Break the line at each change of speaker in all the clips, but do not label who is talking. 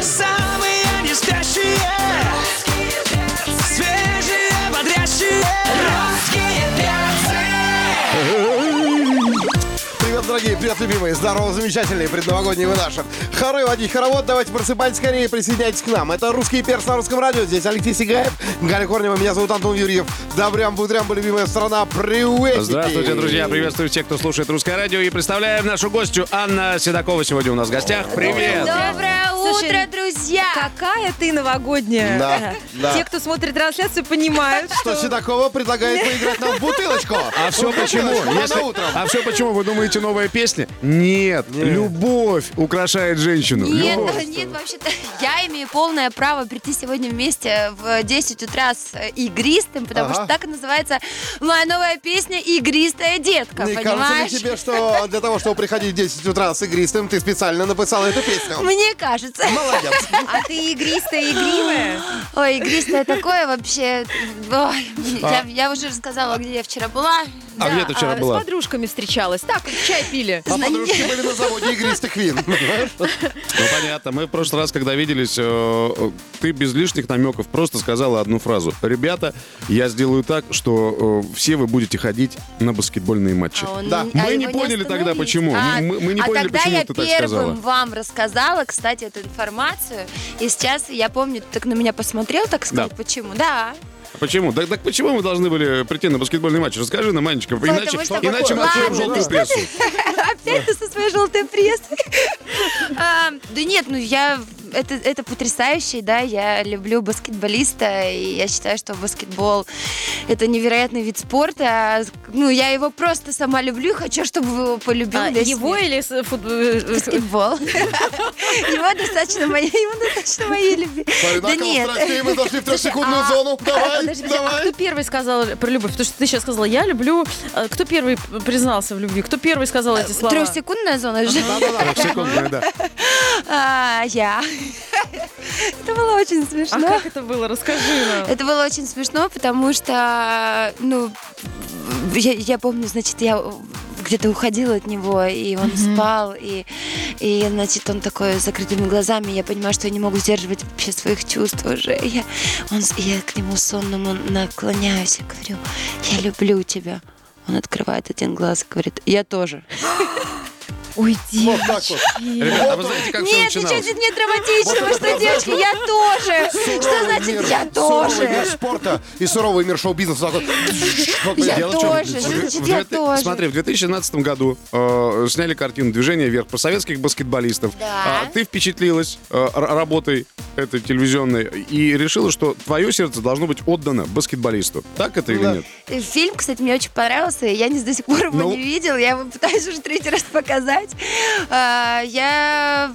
Самые не спящие Свежие, бодрящие Русские перцы
Привет, дорогие, привет, любимые, здорово, замечательные, предновогодний вы наши. Хоры водить хоровод, давайте просыпайтесь скорее, присоединяйтесь к нам. Это «Русский перс» на русском радио, здесь Алексей Сигаев, Галя Корнева, меня зовут Антон Юрьев. Добрям, будрям, любимая страна, приветики!
Здравствуйте, друзья. Приветствую всех, кто слушает Русское радио. И представляем нашу гостью Анна Седокова сегодня у нас в гостях. Привет!
Доброе
Слушай,
утро, друзья!
Какая ты новогодняя.
Да, да.
Те, кто смотрит трансляцию, понимают,
Что
что...
Седокова предлагает поиграть нам в бутылочку?
А все
В бутылочку,
почему?
рано
Если-
утром.
А все почему? Вы думаете, новая песня? Нет. Любовь украшает женщину.
Нет,
Любовь.
нет, вообще-то я имею полное право прийти сегодня вместе в 10 утра с э, игристым, потому
Ага.
что так и называется моя новая песня «Игристая детка»,
Не кажется ли
понимаешь?
тебе, что для того, чтобы приходить в 10 утра с игристым, ты специально написала эту песню?
Мне кажется.
Молодец.
А ты игристая, игривая.
Ой, игристое такое вообще. Ой,
А.
я, я уже рассказала, где я вчера была.
А где ты вчера
А,
была?
С подружками встречалась. Так, чай пили.
А подружки были на заводе игристых вин. понимаешь?
Ну понятно. Мы в прошлый раз, когда виделись, э, э, ты без лишних намеков просто сказала одну фразу. Ребята, я сделаю так, что э, все вы будете ходить на баскетбольные матчи.
А он-
Да.
а
Мы
его
не поняли тогда,
остановить.
почему.
А,
Мы- мы не
а
поняли,
тогда
почему
я
ты так
первым
сказала.
вам рассказала, кстати, эту информацию. И сейчас, я помню, ты так на меня посмотрел, так сказал,
Да.
почему. Да.
Почему? Так, так почему мы должны были прийти на баскетбольный матч? Расскажи нам, Манечка, иначе,
Потому что-
иначе мы
Ладно,
откроем
ты
желтую
что?
прессу.
Опять ты со своей желтой прессой. А, Да нет, ну я... Это, это потрясающе, да, я люблю баскетболиста, и я считаю, что баскетбол — это невероятный вид спорта. Ну, я его просто сама люблю, и хочу, чтобы его полюбил
А,
весь
Его
мир.
или с- фут- э, э,
баскетбол. Его достаточно моей, ему достаточно моей любви.
Парень,
Да
на кого
нет.
страстнее, мы зашли в трехсекундную
а-
зону. Давай,
Подожди, а кто
давай.
первый сказал про любовь? Потому что ты сейчас сказала, я люблю... Э, Кто первый признался в любви? Кто первый сказал
Э,
эти слова?
Трехсекундная зона же.
Да-да-да.
Секундная, да.
А, Я. Это было очень
А
смешно.
как это было? Расскажи нам.
Это было очень смешно, потому что, ну, я, я помню, значит, я где-то уходила от него, и он спал, и, и, значит, он такой с закрытыми глазами, я понимаю, что я не могу сдерживать вообще своих чувств уже. Я, он, с- я к нему сонному наклоняюсь и говорю, я люблю тебя. Он открывает один глаз и говорит, я тоже.
Уйди.
Вот так вот.
Ребята, а вы знаете, как все
нет, ничего
начиналось?
здесь нет драматичного, что, девочки, я тоже. Что
Суровый
Ну, значит
мир,
я
Суровый мир
тоже?
спорта и суровый мир шоу-бизнеса. Такой, вот,
Я
дело в
тоже.
чём?
значит,
В
я
две-
тоже.
Смотри, в 2017 году э, сняли картину «Движение вверх» про советских баскетболистов.
Да.
А ты впечатлилась э, р- работой этой телевизионной и решила, что твое сердце должно быть отдано баскетболисту. Так это или
Да.
нет?
Фильм, кстати, мне очень понравился. Я не до сих пор его
Ну?
не видел. Я его пытаюсь уже третий раз показать. А, Я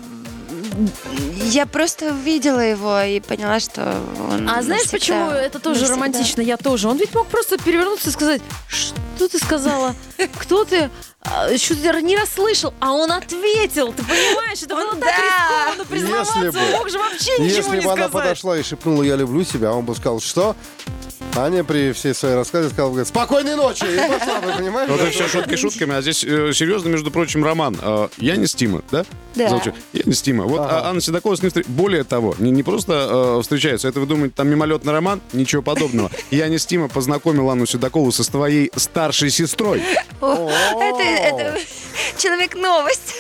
я просто увидела его и поняла, что он
А знаешь,
навсегда-
почему это тоже
навсегда.
романтично? Я тоже. Он ведь мог просто перевернуться и сказать, что ты сказала? Кто ты? А, Что ты не расслышал? А он ответил, ты понимаешь? Это было
Он-
так
да.
рискованно признаваться.
Если бы-
Он мог же вообще ничего
Если
не
бы она
сказать.
подошла и шепнула «я люблю тебя», он бы сказал «что?». Аня при всей своей рассказе сказала бы «спокойной ночи» и пошла бы, понимаешь?
Ну, Вот это все шутки шутками, а здесь э, серьезно, между прочим, роман. Э, я не Стима, да?
Да.
Зовут? Я не Стима. Вот
Ага.
а, Анна Седокова с ним встр- Более того, не, не просто э, встречаются, это вы думаете, там мимолетный роман? Ничего подобного. Я не Стима познакомил Анну Седокову со своей старшей сестрой.
О, Это, это человек новость.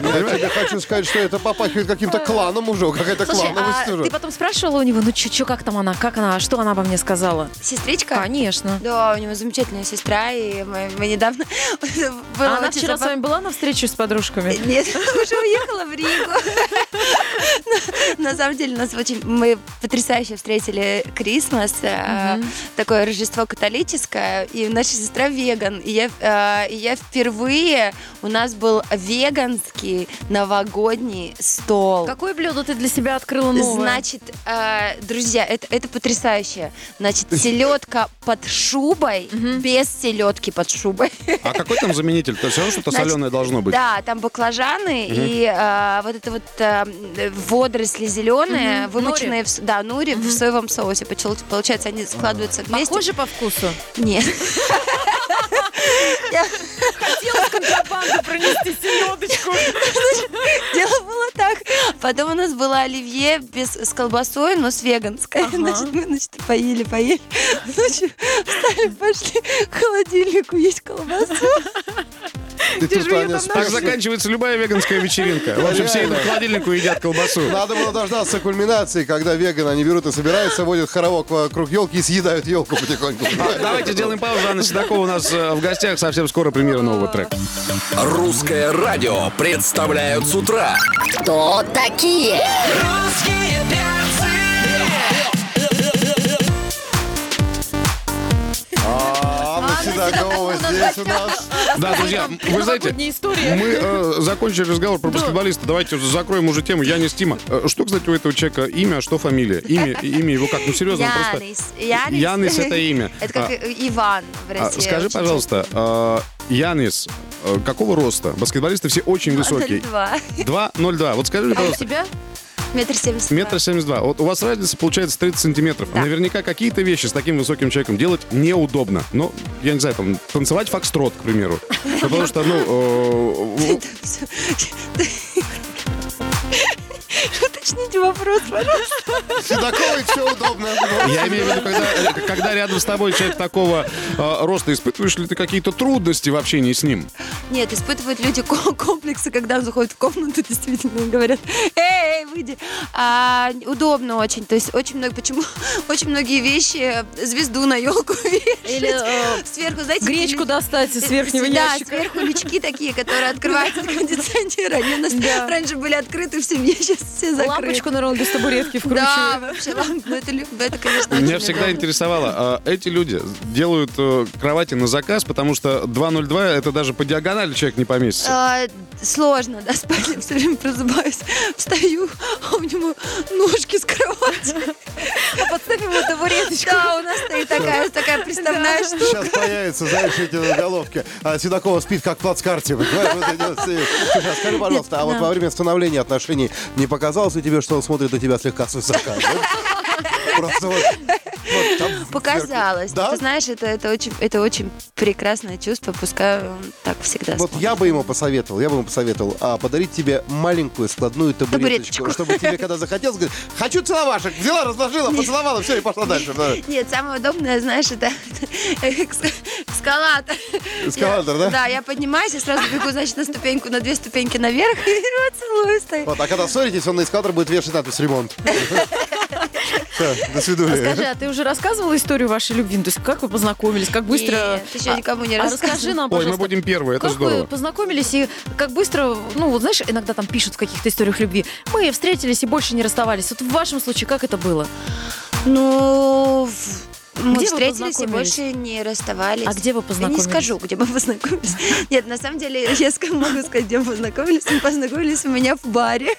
Я тебе хочу сказать, что это попахивает каким-то кланом уже, какая-то
Слушай,
клановость
а ты
уже.
потом спрашивала у него, ну чё, как там она, как она, А что она обо мне сказала?
Сестричка?
Конечно.
Да, у него замечательная сестра, и мы, мы недавно было
А она
очень
вчера с
забавно.
вами была на встрече с подружками?
Нет, уже уехала в Ригу. Но, На самом деле, нас очень... Мы потрясающе встретили Крисмас, э, такое Рождество католическое, и наша сестра веган. И я, э, и я впервые... У нас был веганский новогодний стол.
Какое блюдо ты для себя открыла новое?
Значит, э, друзья, это, это потрясающе. Значит, селедка под шубой, без селедки под шубой.
А какой там заменитель? То есть все равно что-то
Значит,
соленое должно быть.
Да, там баклажаны и а, вот это вот а, м, водоросли зеленые,
Мгм.
вымоченные в, с- да, нури в соевом соусе. Почел- Получается, они складываются вместе.
Похоже по вкусу.
Нет. Я-
Хотелось контрабанду пронести селедочку.
Дело было так. Потом у нас была оливье без, с колбасой, но с веганской.
Ага.
Значит, мы значит, поели, поели. Ночью встали, пошли к холодильнику есть колбасу.
Ты
Где
тут,
же её
Аня,
там
спишь?
Так заканчивается любая веганская вечеринка. В общем, все идут к холодильнику и едят колбасу.
Надо было дождаться кульминации, когда веганы они берут и собираются, водят хоровод вокруг елки и съедают елку потихоньку.
Давайте сделаем паузу. Анна Седокова у нас э, в гостях. Совсем скоро премьера нового трека.
Русское радио представляют с утра.
Кто такие?
Русские перцы!
Анна Седокова здесь у нас.
Да, друзья, вы знаете,
новогодняя история.
мы э, закончили разговор про баскетболиста. Давайте уже закроем уже тему. Я не Стима. Э, Что, кстати, у этого человека имя, а что фамилия? Имя, имя его как? Ну, серьезно, он просто...
Янис. Янис.
Янис это имя.
Это как
А,
Иван в
а,
России.
скажи,
очень
пожалуйста, э, Янис, э, какого роста? Баскетболисты все очень
часто.
высокие.
02.
2,02. Вот скажи, мне,
А у
пожалуйста,
тебя?
Метр семьдесят. два.
метр семьдесят два. Вот у вас разница получается 30 сантиметров.
Да.
Наверняка какие-то вещи с таким высоким человеком делать неудобно. Ну, я не знаю, там, танцевать фокстрот, к примеру. Ну, Потому что, ну, э,
Уточните вопрос, пожалуйста.
Седоковой все удобно.
Я имею в виду, когда, когда рядом с тобой человек такого э, роста, испытываешь ли ты какие-то трудности в общении с ним?
Нет, испытывают люди ко- комплексы, когда заходят в комнату, действительно, и говорят, эй, эй, выйди. А, удобно очень, то есть очень много, почему, очень многие вещи, э, звезду на елку
Или э,
сверху, знаете,
гречку
или-
достать из верхнего
Э, да,
ящика.
сверху лючки такие, которые открываются кондиционер. Они у нас раньше были открыты в семье, сейчас все закрыты.
Лампочку, наверное, без табуретки
Да,
вкручиваю.
вообще лампу. Ну, это, лю- это, конечно,
Меня
очень
всегда
удобно.
интересовало, э, эти люди делают э, кровати на заказ, потому что 2.02 это даже по диагонали человек не поместится.
А, сложно, да, спать. Я все время просыпаюсь, встаю, а у него ножки с кровати. А подставь ему табуреточку. Да, у нас стоит такая, такая приставная штука.
Сейчас появятся, знаешь, эти заголовки. А Седокова спит как плацкарте, понимаешь? Вот эти вот все. Слушай, а скажи, пожалуйста, а вот во время становления отношений не показалось ли тебе, что он смотрит на тебя слегка свысока? Ну, Просто вот... вот там
Показалось.
Да?
Ты знаешь, это, это, очень, это очень прекрасное чувство, пускай он так всегда
Вот
смотрит.
я бы ему посоветовал, я бы ему посоветовал а, подарить тебе маленькую складную табуреточку,
Табуреточку.
чтобы тебе, когда захотелось, говорить, хочу целовашек, взяла, разложила, поцеловала, все, и пошла дальше. Да.
Нет, самое удобное, знаешь, это экс- эскалатор.
Эскалатор,
Я-
да?
Да, я поднимаюсь и сразу бегу, значит, на ступеньку, на две ступеньки наверх, и вот целую стою.
Вот, а когда ссоритесь, он на эскалатор будет вешать надпись «Ремонт». Всё, До свидания.
Скажи, а ты уже рассказывала историю вашей любви? Ну, То есть как вы познакомились, как быстро...
Нет, еще
А-
никому не
а
рассказывала.
расскажи нам,
Ой, мы
пожалуйста,
будем первые, это
как вы
здорово.
познакомились и как быстро, ну вот знаешь, иногда там пишут в каких-то историях любви, мы встретились и больше не расставались. Вот в вашем случае как это было?
Ну, в- мы
Где вы
встретились и
познакомились?
больше не расставались.
А где вы
Я не
познакомились?
скажу, где мы познакомились. Нет, на самом деле, я ска- могу сказать, где мы познакомились. Мы познакомились у меня в баре.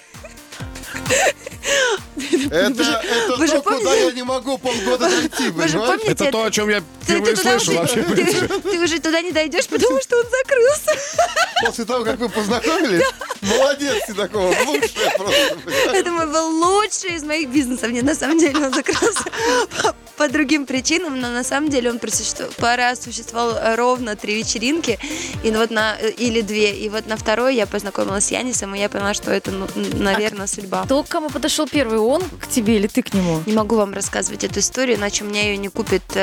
Это, это
вы же
то, куда
помните-
я не могу полгода дойти,
Вы же
понимаешь?
помните?
Это то, о чем я
Ты, ты
впервые
туда
слышу
уже-
вообще. в
ты-
принципе.
ты уже туда не дойдешь, потому что он закрылся.
После того, как вы познакомились, молодец ты такого, лучшее просто. понимаешь?
Это мой был лучший из моих бизнесов. Нет, на самом деле он закрылся по, по другим причинам, но на самом деле он просуществовал, пора существовал ровно три вечеринки, и вот на, или две. И вот на второй я познакомилась с Янисом, и я поняла, что это, ну, наверное, судьба.
А То, к кому подошел первый, он к тебе или ты к нему?
Не могу вам рассказывать эту историю, иначе у меня ее не купит э,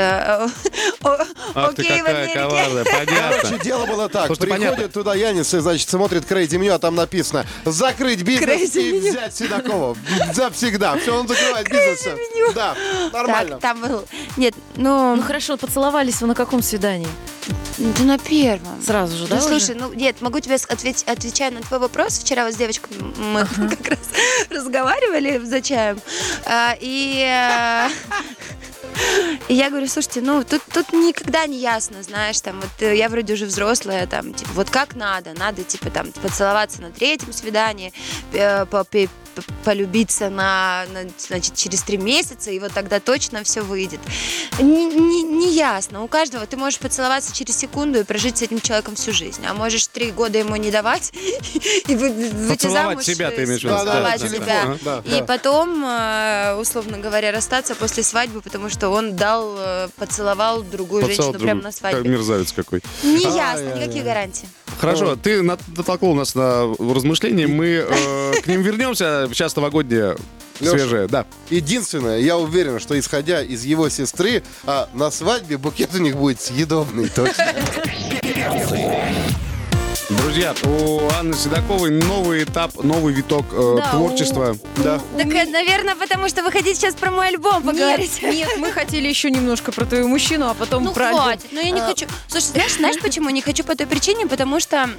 о- о-
Ах ты
окей в
какая
Америке.
коварная,
Короче,
понятно.
дело было так.
Слушайте,
Приходит
понятно.
туда Янис и, значит, смотрит Крейди меню, а там написано «Закрыть бизнес
Crazy
и
меню.
взять Седокова». Завсегда. Все, он закрывает бизнес. всё. Да, нормально.
Так, там был... Нет, ну,
Ну хорошо, поцеловались вы на каком свидании?
да на первом.
Сразу же, да?
Ну,
уже?
слушай, ну, нет, могу тебе с- ответь- отвечаю на твой вопрос. Вчера вот с девочкой мы как раз разговаривали за чаем. А, и... э, И я говорю, слушайте, ну тут, тут никогда не ясно, знаешь, там вот э, я вроде уже взрослая, там, типа, вот как надо, надо, типа, там, поцеловаться на третьем свидании, э, по- пе- п- полюбиться на, на, значит, через три месяца, и вот тогда точно все выйдет. Не, не- не ясно. У каждого ты можешь поцеловаться через секунду и прожить с этим человеком всю жизнь, а можешь три года ему не давать и вы- выйти
Поцеловать
замуж.
себя, ты
э,
имеешь в виду?
Да-да,
поцеловать
Да, да,
телефон.
себя.
Да,
И
да.
потом, э, условно говоря, расстаться после свадьбы, потому что он дал, э, поцеловал другую
Поцеловал
женщину прямо
друг-
на
как
свадьбе.
мерзавец какой.
Не ясно,
Ай-яй-яй.
никаких гарантий.
Хорошо, ты на- натолкнул нас на размышления. Мы э, к ним вернемся. Сейчас новогоднее,
Лёш.
свежее. Да.
Единственное, я уверен, что исходя из его сестры, а, на свадьбе букет у них будет съедобный. Точно.
Друзья, у Анны Седоковой новый этап, новый виток э,
Да,
творчества. Да.
Так, э, наверное, потому что вы хотите сейчас про мой альбом поговорить.
Нет, нет, мы хотели еще немножко про твою мужчину, а потом
Ну
про альбом.
хватит, ну я не
А,
хочу. Слушай, знаешь, знаешь почему? Не хочу по той причине, потому что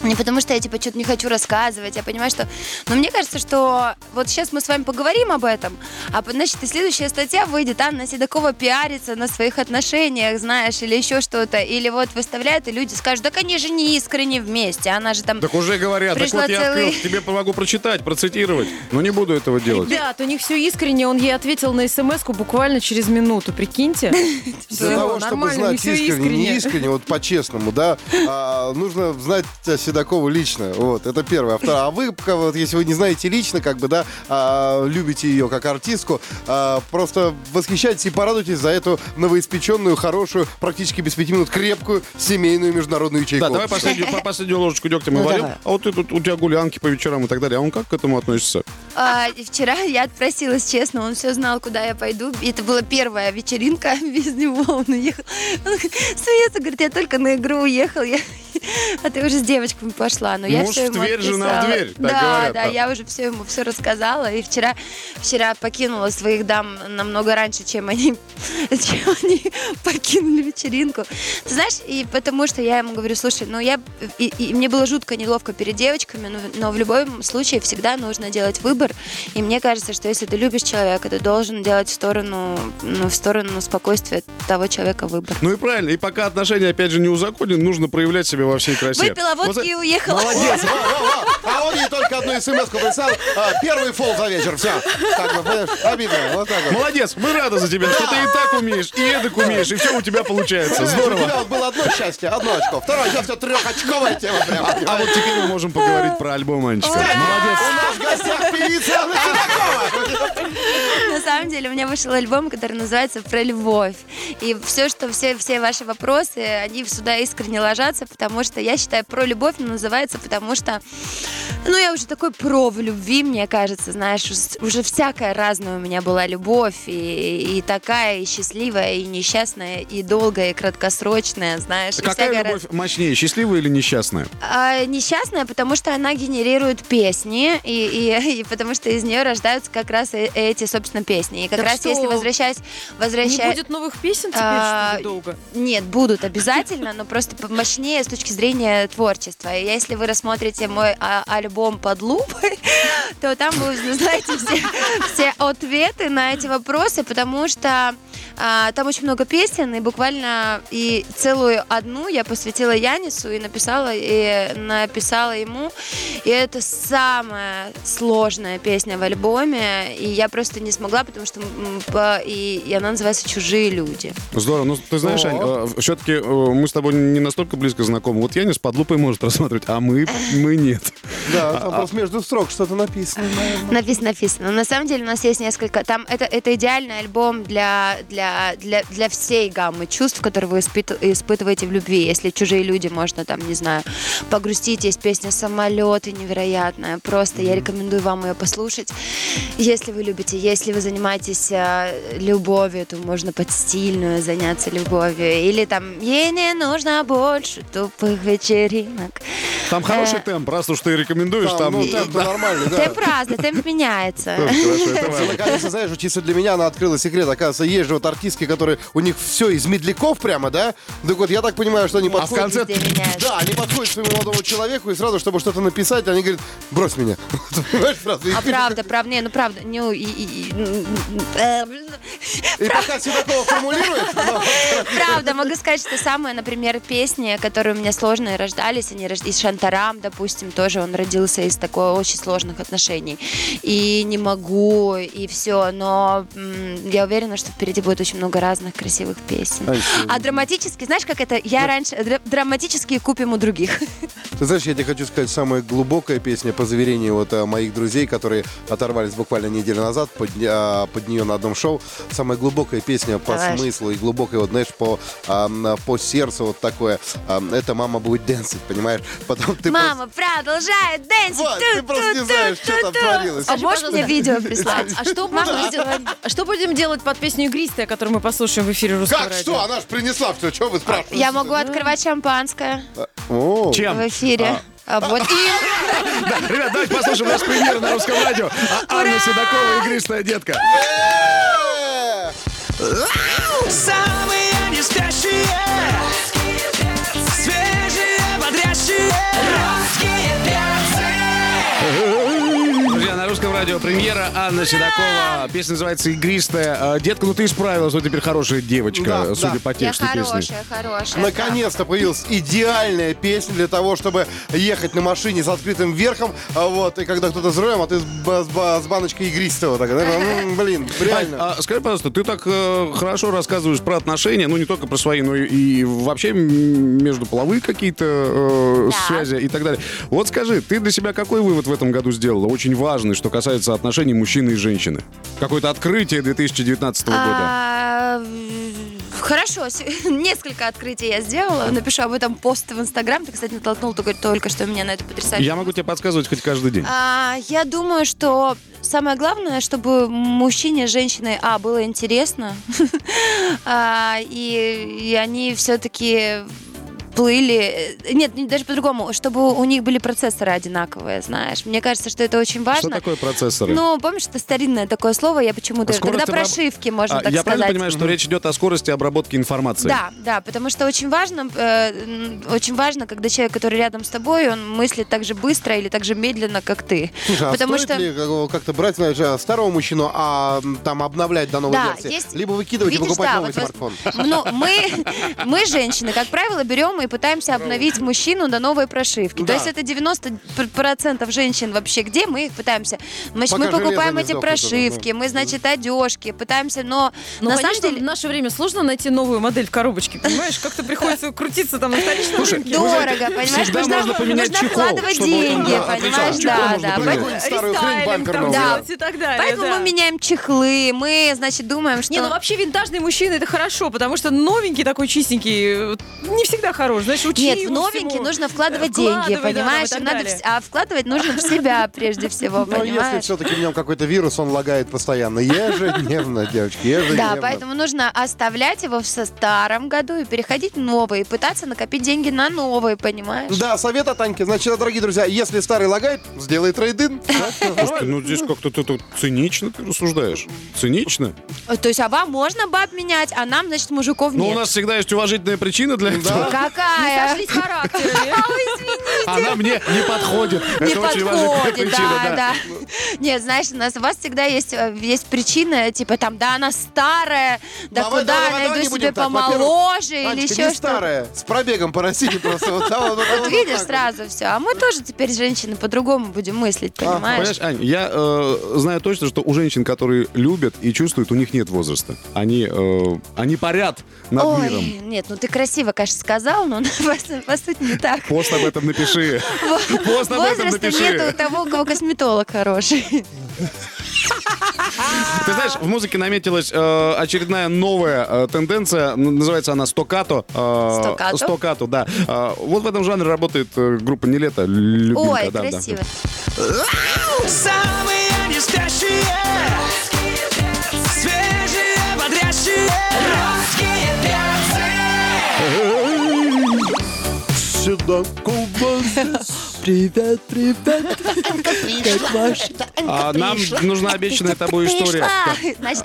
не потому что я типа что-то не хочу рассказывать, я понимаю, что... Но мне кажется, что вот сейчас мы с вами поговорим об этом, а по- значит и следующая статья выйдет, Анна Седокова пиарится на своих отношениях, знаешь, или еще что-то, или вот выставляет, и люди скажут, так они же не искренне вместе, она же там...
Так уже говорят,
Пришла
так вот я
целый-
открыл, тебе помогу прочитать, процитировать. Но не буду этого делать.
Ребят, у них все искренне, он ей ответил на смс буквально через минуту, прикиньте.
Для того, чтобы знать
все
искренне, не искренне, вот по-честному, да, а, нужно знать э, Седокову лично. Вот, это первое. А, второе, а вы, к- вот, если вы не знаете лично, как бы, да, а, любите ее как артистку, а, просто восхищайтесь и порадуйтесь за эту новоиспеченную, хорошую, практически без пяти минут крепкую семейную международную
Да,
ячейку.
давай последнюю, по- последнюю ложечку дегтя мы
Ну,
варим.
давай.
А вот ты тут, у тебя гулянки по вечерам и так далее. А он как к этому относится?
А, и вчера я отпросилась, честно, он все знал, куда я пойду. И Это была первая вечеринка без него, он уехал. Он смеется, говорит, я только на игру уехал, я... а ты уже с девочками пошла. Но я
Муж
все
в
ему
дверь, жена в
отписала.
дверь, так
да,
говорят,
да,
да.
я уже все ему все рассказала. И вчера, вчера покинула своих дам намного раньше, чем они, чем они покинули вечеринку. Ты знаешь, и потому что я ему говорю, слушай, ну я... И, и мне было жутко неловко перед девочками, но, но в любом случае всегда нужно делать выбор. И мне кажется, что если ты любишь человека, ты должен делать в сторону, ну, в сторону спокойствия того человека выбор.
Ну и правильно, и пока отношения, опять же, не узаконены, нужно проявлять себя во всей красе.
Выпила
Вот
водки и уехала.
Молодец, во, во, во. А он ей только одну смс-ку прислал. а, первый фол за вечер, все. Так, вот, понимаешь, обидно, вот так
это-
вот.
Молодец, мы рады за тебя, что ты и так умеешь, и эдак умеешь, и все у тебя получается.
Понимаешь, У
Здорово.
тебя вот было одно счастье, одно очко. Второе, сейчас все трехочковая тема прямо.
А вот теперь мы можем поговорить про альбом, Анечка. Молодец.
У нас в гостях певица Анна Седокова.
На самом деле у меня вышел альбом, который называется «Про любовь». И все, что все, все ваши вопросы, они сюда искренне ложатся, потому что я считаю «Про любовь» но называется, потому что, ну, я уже такой про в любви, мне кажется, знаешь, уж- уже всякая разная у меня была любовь, и, и такая, и счастливая, и несчастная, и долгая, и краткосрочная, знаешь. и
А Какая
всякая раз-
любовь мощнее, счастливая или несчастная?
а, несчастная, потому что она генерирует песни, и, и- и потому что из нее рождаются как раз э- эти, собственно, песни. И как
Так
раз
что,
если возвращаясь...
Не
возвращаясь
будет новых песен теперь,
А,
что ли, долго?
Нет, будут обязательно, но просто мощнее с точки зрения творчества. И если вы рассмотрите мой а, альбом под лупой, то там вы узнаете все, все ответы на эти вопросы, потому что а, там очень много песен, и буквально и целую одну я посвятила Янису и написала, и написала ему. И это самая сложная песня в альбоме, и я просто не смогла, потому что м, по- и- и она называется «Чужие люди».
Здорово. Ну, ты знаешь, Ань, все-таки мы с тобой не настолько близко знакомы. Вот Янис под лупой может рассматривать, а мы, мы нет.
Да, там просто а, между строк что-то написано.
Написано, написано. Но на самом деле у нас есть несколько. Там это, это идеальный альбом для, для, для, для всей гаммы чувств, которые вы испыт- испытываете в любви. Если чужие люди, можно там, не знаю, погрустить. Есть песня «Самолеты» невероятная. Просто я рекомендую вам ее послушать. Если вы любите, если вы занимаетесь э, любовью, то можно под стильную заняться любовью. Или там «Ей не нужно больше тупых вечеринок».
Там хороший темп, раз уж ты рекомендуешь, там...
ну, темп нормальный, да.
Темп разный, темп меняется.
Хорошо, это важно.
Наконец-то, знаешь, вот чисто для меня она открыла секрет. Оказывается, есть же вот артистки, которые у них все из медляков прямо, да? Так вот, я так понимаю, что они
А в
подходят...
конце...
Везде меняется.
Да, они подходят к своему молодому человеку и сразу, чтобы что-то написать, они говорят, брось меня. Понимаешь, сразу. И-
А правда, правда, не, ну правда, ну и, и- и, м, э,
И пока Седокова формулирует, но-
правда, могу сказать, что самые, например, песни, которые у меня сложные рождались, они рож- из Шантарам, допустим, тоже он родился из такой очень сложных отношений. И не могу, и все, но м, я уверена, что впереди будет очень много разных красивых песен. А драматически, знаешь, как это? Я раньше дра- драматически купим у других.
Ты знаешь, я тебе хочу сказать, самая глубокая песня, по заверению вот э, моих друзей, которые оторвались буквально неделю назад под, не- а, под нее на одном шоу, самая глубокая песня по
Давай.
смыслу и глубокая, вот знаешь, по, а, м, по сердцу вот такое. а, это мама будет дэнсить, понимаешь? Потом ты
Мама продолжает дэнсить.
Вот, ты
Ту-
просто не
ту-
знаешь,
ту-
что там
ту.
творилось.
А можешь мне видео
А,
прислать?
а что, будем делать, а что будем делать под песню «Игристая», которую мы послушаем в эфире
просто-
«Русского
Как?
радио»?
Что? Она же принесла все. Чего вы спрашиваете?
Я могу открывать шампанское
О.
Чем?
в эфире. А вот и-
Ребят, давайте послушаем наш премьер на русском радио. А Анна Судакова, игристая детка.
Самые не спящие Свежие, бодрящие Русские перцы
Друзья, на русском радио премьера Анна Седокова. Песня называется «Игристая». А, Детка, ну ты исправилась, вот теперь хорошая девочка,
Да,
судя
да.
по
Я
тексту песни.
хорошая, хорошая.
Наконец-то появилась идеальная песня для того, чтобы ехать на машине с открытым верхом, а вот, и когда кто-то за рулем, а ты с, ба- с ба- с баночкой игристого, так, м, блин,
Ань,
реально.
а скажи, пожалуйста, ты так э, хорошо рассказываешь про отношения, ну не только про свои, но и, и вообще м, между половые какие-то э,
Да.
связи и так далее. Вот скажи, ты для себя какой вывод в этом году сделала? Очень важный, что касается отношений мужчины и женщины. Какое-то открытие 2019 года.
А, в- Хорошо, с- несколько открытий я сделала. Напишу об этом пост в Инстаграм. Ты, кстати, натолкнул только, только что меня на это потрясающе.
Я могу тебе подсказывать хоть каждый день.
А, я думаю, что самое главное, чтобы мужчине с женщиной, а, было интересно, А, и, и они все-таки плыли. э, Нет, не- даже по-другому, чтобы у них были процессоры одинаковые, знаешь. Мне кажется, что это очень
Что
важно.
такое процессоры? А
Ну, помнишь, это старинное такое слово, я почему-то...
Скорость
Когда
обра-
прошивки, можно
А,
так
я
сказать.
правильно понимаю, что речь идет о скорости обработки информации?
Да, да, потому что очень важно, э, м, очень важно, когда человек, который рядом с тобой, он мыслит так же быстро или так же медленно, как ты.
Слушай, а
потому
стоит
что
ли как- как-то брать, знаешь, э, старого мужчину, а м, там обновлять до новой
Да,
версии?
есть-
Либо выкидывать и
Видишь,
покупать
да,
новый
вот воз-
смартфон.
Ну, мы, мы, женщины, как правило, берем и пытаемся обновить мужчину до новой прошивки.
Да.
То есть это 90% женщин вообще где, мы их пытаемся. Значит, мы
Пока
покупаем
железо не
эти
сдохнет,
прошивки,
оно,
мы, значит, одежки, пытаемся, но
Ну,
на
конечно,
самом
в
деле...
наше время сложно найти новую модель в коробочке, понимаешь? Как-то приходится крутиться там на вторичном рынке.
Дорого, понимаешь?
всегда
нужно,
можно поменять
нужно
чехол,
вкладывать
чтобы-
деньги,
Да,
понимаешь?
отлично. Чехол
Да,
нужно
да.
поменять.
Поэтому-
ну, Старую хрень
Рестайлинг
бампер
там
новый,
делать и так далее.
Поэтому
да.
мы меняем чехлы, мы, значит, думаем, что...
Не, ну вообще винтажный мужчина это хорошо, потому что новенький такой чистенький э, не всегда хорош. Знаешь, учи
Нет, в
его
новенький
всему.
нужно вкладывать
Вкладывай,
деньги,
да,
понимаешь?
да, и
Им
так
надо
далее.
вс- а вкладывать нужно в себя прежде всего,
Но Ну, а если
понимаешь?
все-таки в нем какой-то вирус, он лагает постоянно. Ежедневно, девочки, ежедневно.
Да, поэтому нужно оставлять его в со- старом году и переходить в новый, и пытаться накопить деньги на новый, понимаешь?
Да, совет от Аньки. Значит, дорогие друзья, если старый лагает, сделай трейдин.
Слушай, ну здесь как-то ты тут цинично ты рассуждаешь. Цинично?
Э, То есть, а вам можно баб менять, а нам, значит, мужиков
Ну,
нет. Ну,
у нас всегда есть уважительная причина для этого.
Какая? А
Сошлись характерами.
Она мне не подходит.
не
Это очень важная
подходит,
причина,
да, да. Нет, знаешь, у нас у вас всегда есть, э, есть причина, типа там, да, она старая, да
Давай,
куда
давай,
я
давай,
найду
не будем
себе
так. Во-первых,
помоложе или
Анечка,
еще
не
что-то.
старая, с пробегом по России просто. Вот там, вот там,
Вот
вот
Ну, видишь
так вот.
сразу все. А мы тоже теперь, женщины, по-другому будем мыслить, понимаешь?
Понимаешь, Ань, я э, знаю точно, что у женщин, которые любят и чувствуют, у них нет возраста. Они, э, они парят над миром.
Ой, нет, ну ты красиво, конечно, сказал, но по, су- по сути не так.
Пост об этом напиши. Пост об этом
Возраста
напиши.
нет у того, у кого косметолог хороший.
Ты знаешь, в музыке наметилась э, очередная новая э, тенденция. Н- Называется она стокато. э,
Стоккато?
Стоккато, да. Э, вот в этом жанре работает э, группа Нелета. Любимка,
Ой,
да, да.
красиво.
Самые не спящие Свежие, бодрящие Русские перцы
Сюда колбасы.
Привет, привет. Как ваш?
А, нам нужна обещанная тобой история.
Пришла. Значит,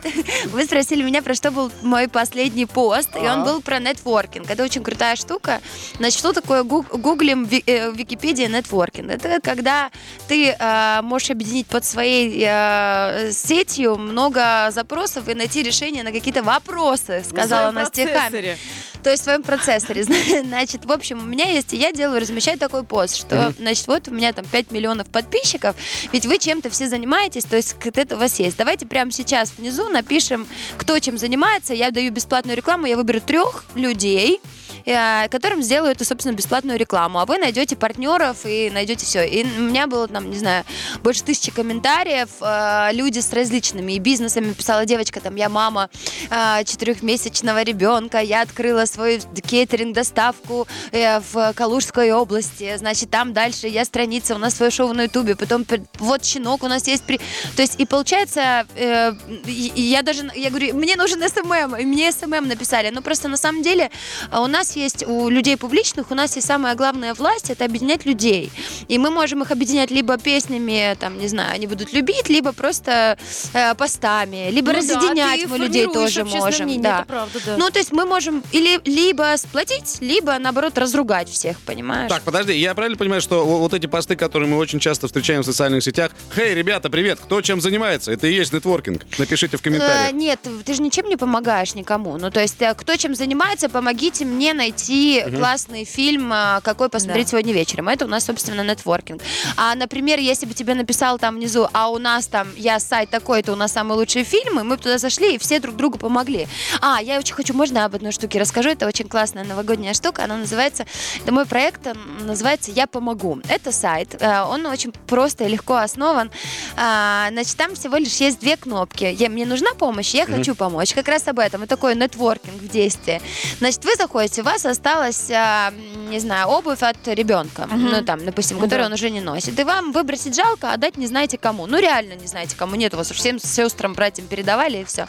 вы спросили меня, про что был мой последний пост, и он был про нетворкинг. Это очень крутая штука. Значит, что такое гуг- гуглим в Ви- э, в Википедии нетворкинг? Это когда ты э, можешь объединить под своей э, сетью много запросов и найти решение на какие-то вопросы,
Ну,
сказала
На
Настя
своем
Хаммер.
процессоре.
То есть в своем процессоре. Значит, в общем, у меня есть, и я делаю, размещаю такой пост, что, значит, вот у меня там 5 миллионов подписчиков, ведь вы чем-то все занимаетесь, то есть к- это у вас есть. Давайте прямо сейчас внизу напишем, кто чем занимается, я даю бесплатную рекламу, я выберу трех людей, э, которым сделаю эту, собственно, бесплатную рекламу. А вы найдете партнеров и найдете все. И у меня было там, не знаю, больше тысячи комментариев. э, Люди с различными и бизнесами писала девочка, там, я мама э, четырехмесячного ребенка, я открыла свой кейтеринг, доставку э, в Калужской области, значит, там дальше я страница, у нас свое шоу на ютубе, потом пер- вот щенок у нас есть. При... То есть, и получается, э, и- и я даже, я говорю, мне нужен СММ, и мне СММ написали. Ну, просто на самом деле а у нас есть, у людей публичных, у нас есть самая главная власть, это объединять людей. И мы можем их объединять либо песнями, там, не знаю, они будут любить, либо просто э, постами, либо
Ну да,
разъединять
ты
мы людей
формируешь
тоже
общественное
можем.
мнение,
да.
это правда, да.
Ну, то есть мы можем или либо сплотить, либо, наоборот, разругать всех, понимаешь?
Так, подожди, я правильно понимаю, что во- вот эти посты, которые мы очень часто встречаем в социальных сетях, «Хей, ребята, привет, кто чем занимается?» Это и есть нетворкинг. Напишите в
Э,
комментариях.
Нет, ты же ничем не помогаешь никому. Ну, то есть, э, кто чем занимается, помогите мне найти классный фильм, э, какой посмотреть
Да.
сегодня вечером. Это у нас, собственно, нетворкинг. А, например, если бы тебе написал там внизу, а у нас там, я сайт такой-то, у нас самые лучшие фильмы, мы бы туда зашли и все друг другу помогли. А, я очень хочу, можно об одной штуке расскажу? Это очень классная новогодняя штука, она называется, это мой проект, он называется «Я помогу». Это сайт, э, он очень просто и легко основан. А, Значит, там всего лишь есть две кнопки. Я, мне нужна помощь, я хочу помочь. Как раз об этом. Это такой нетворкинг в действии. Значит, вы заходите, у вас осталась, а, м, не знаю, обувь от ребенка, ну там, допустим, которую он уже не носит. И вам выбросить жалко, а дать не знаете кому. Ну реально не знаете кому. Нет у вас уж всем сестрам, братьям передавали и все.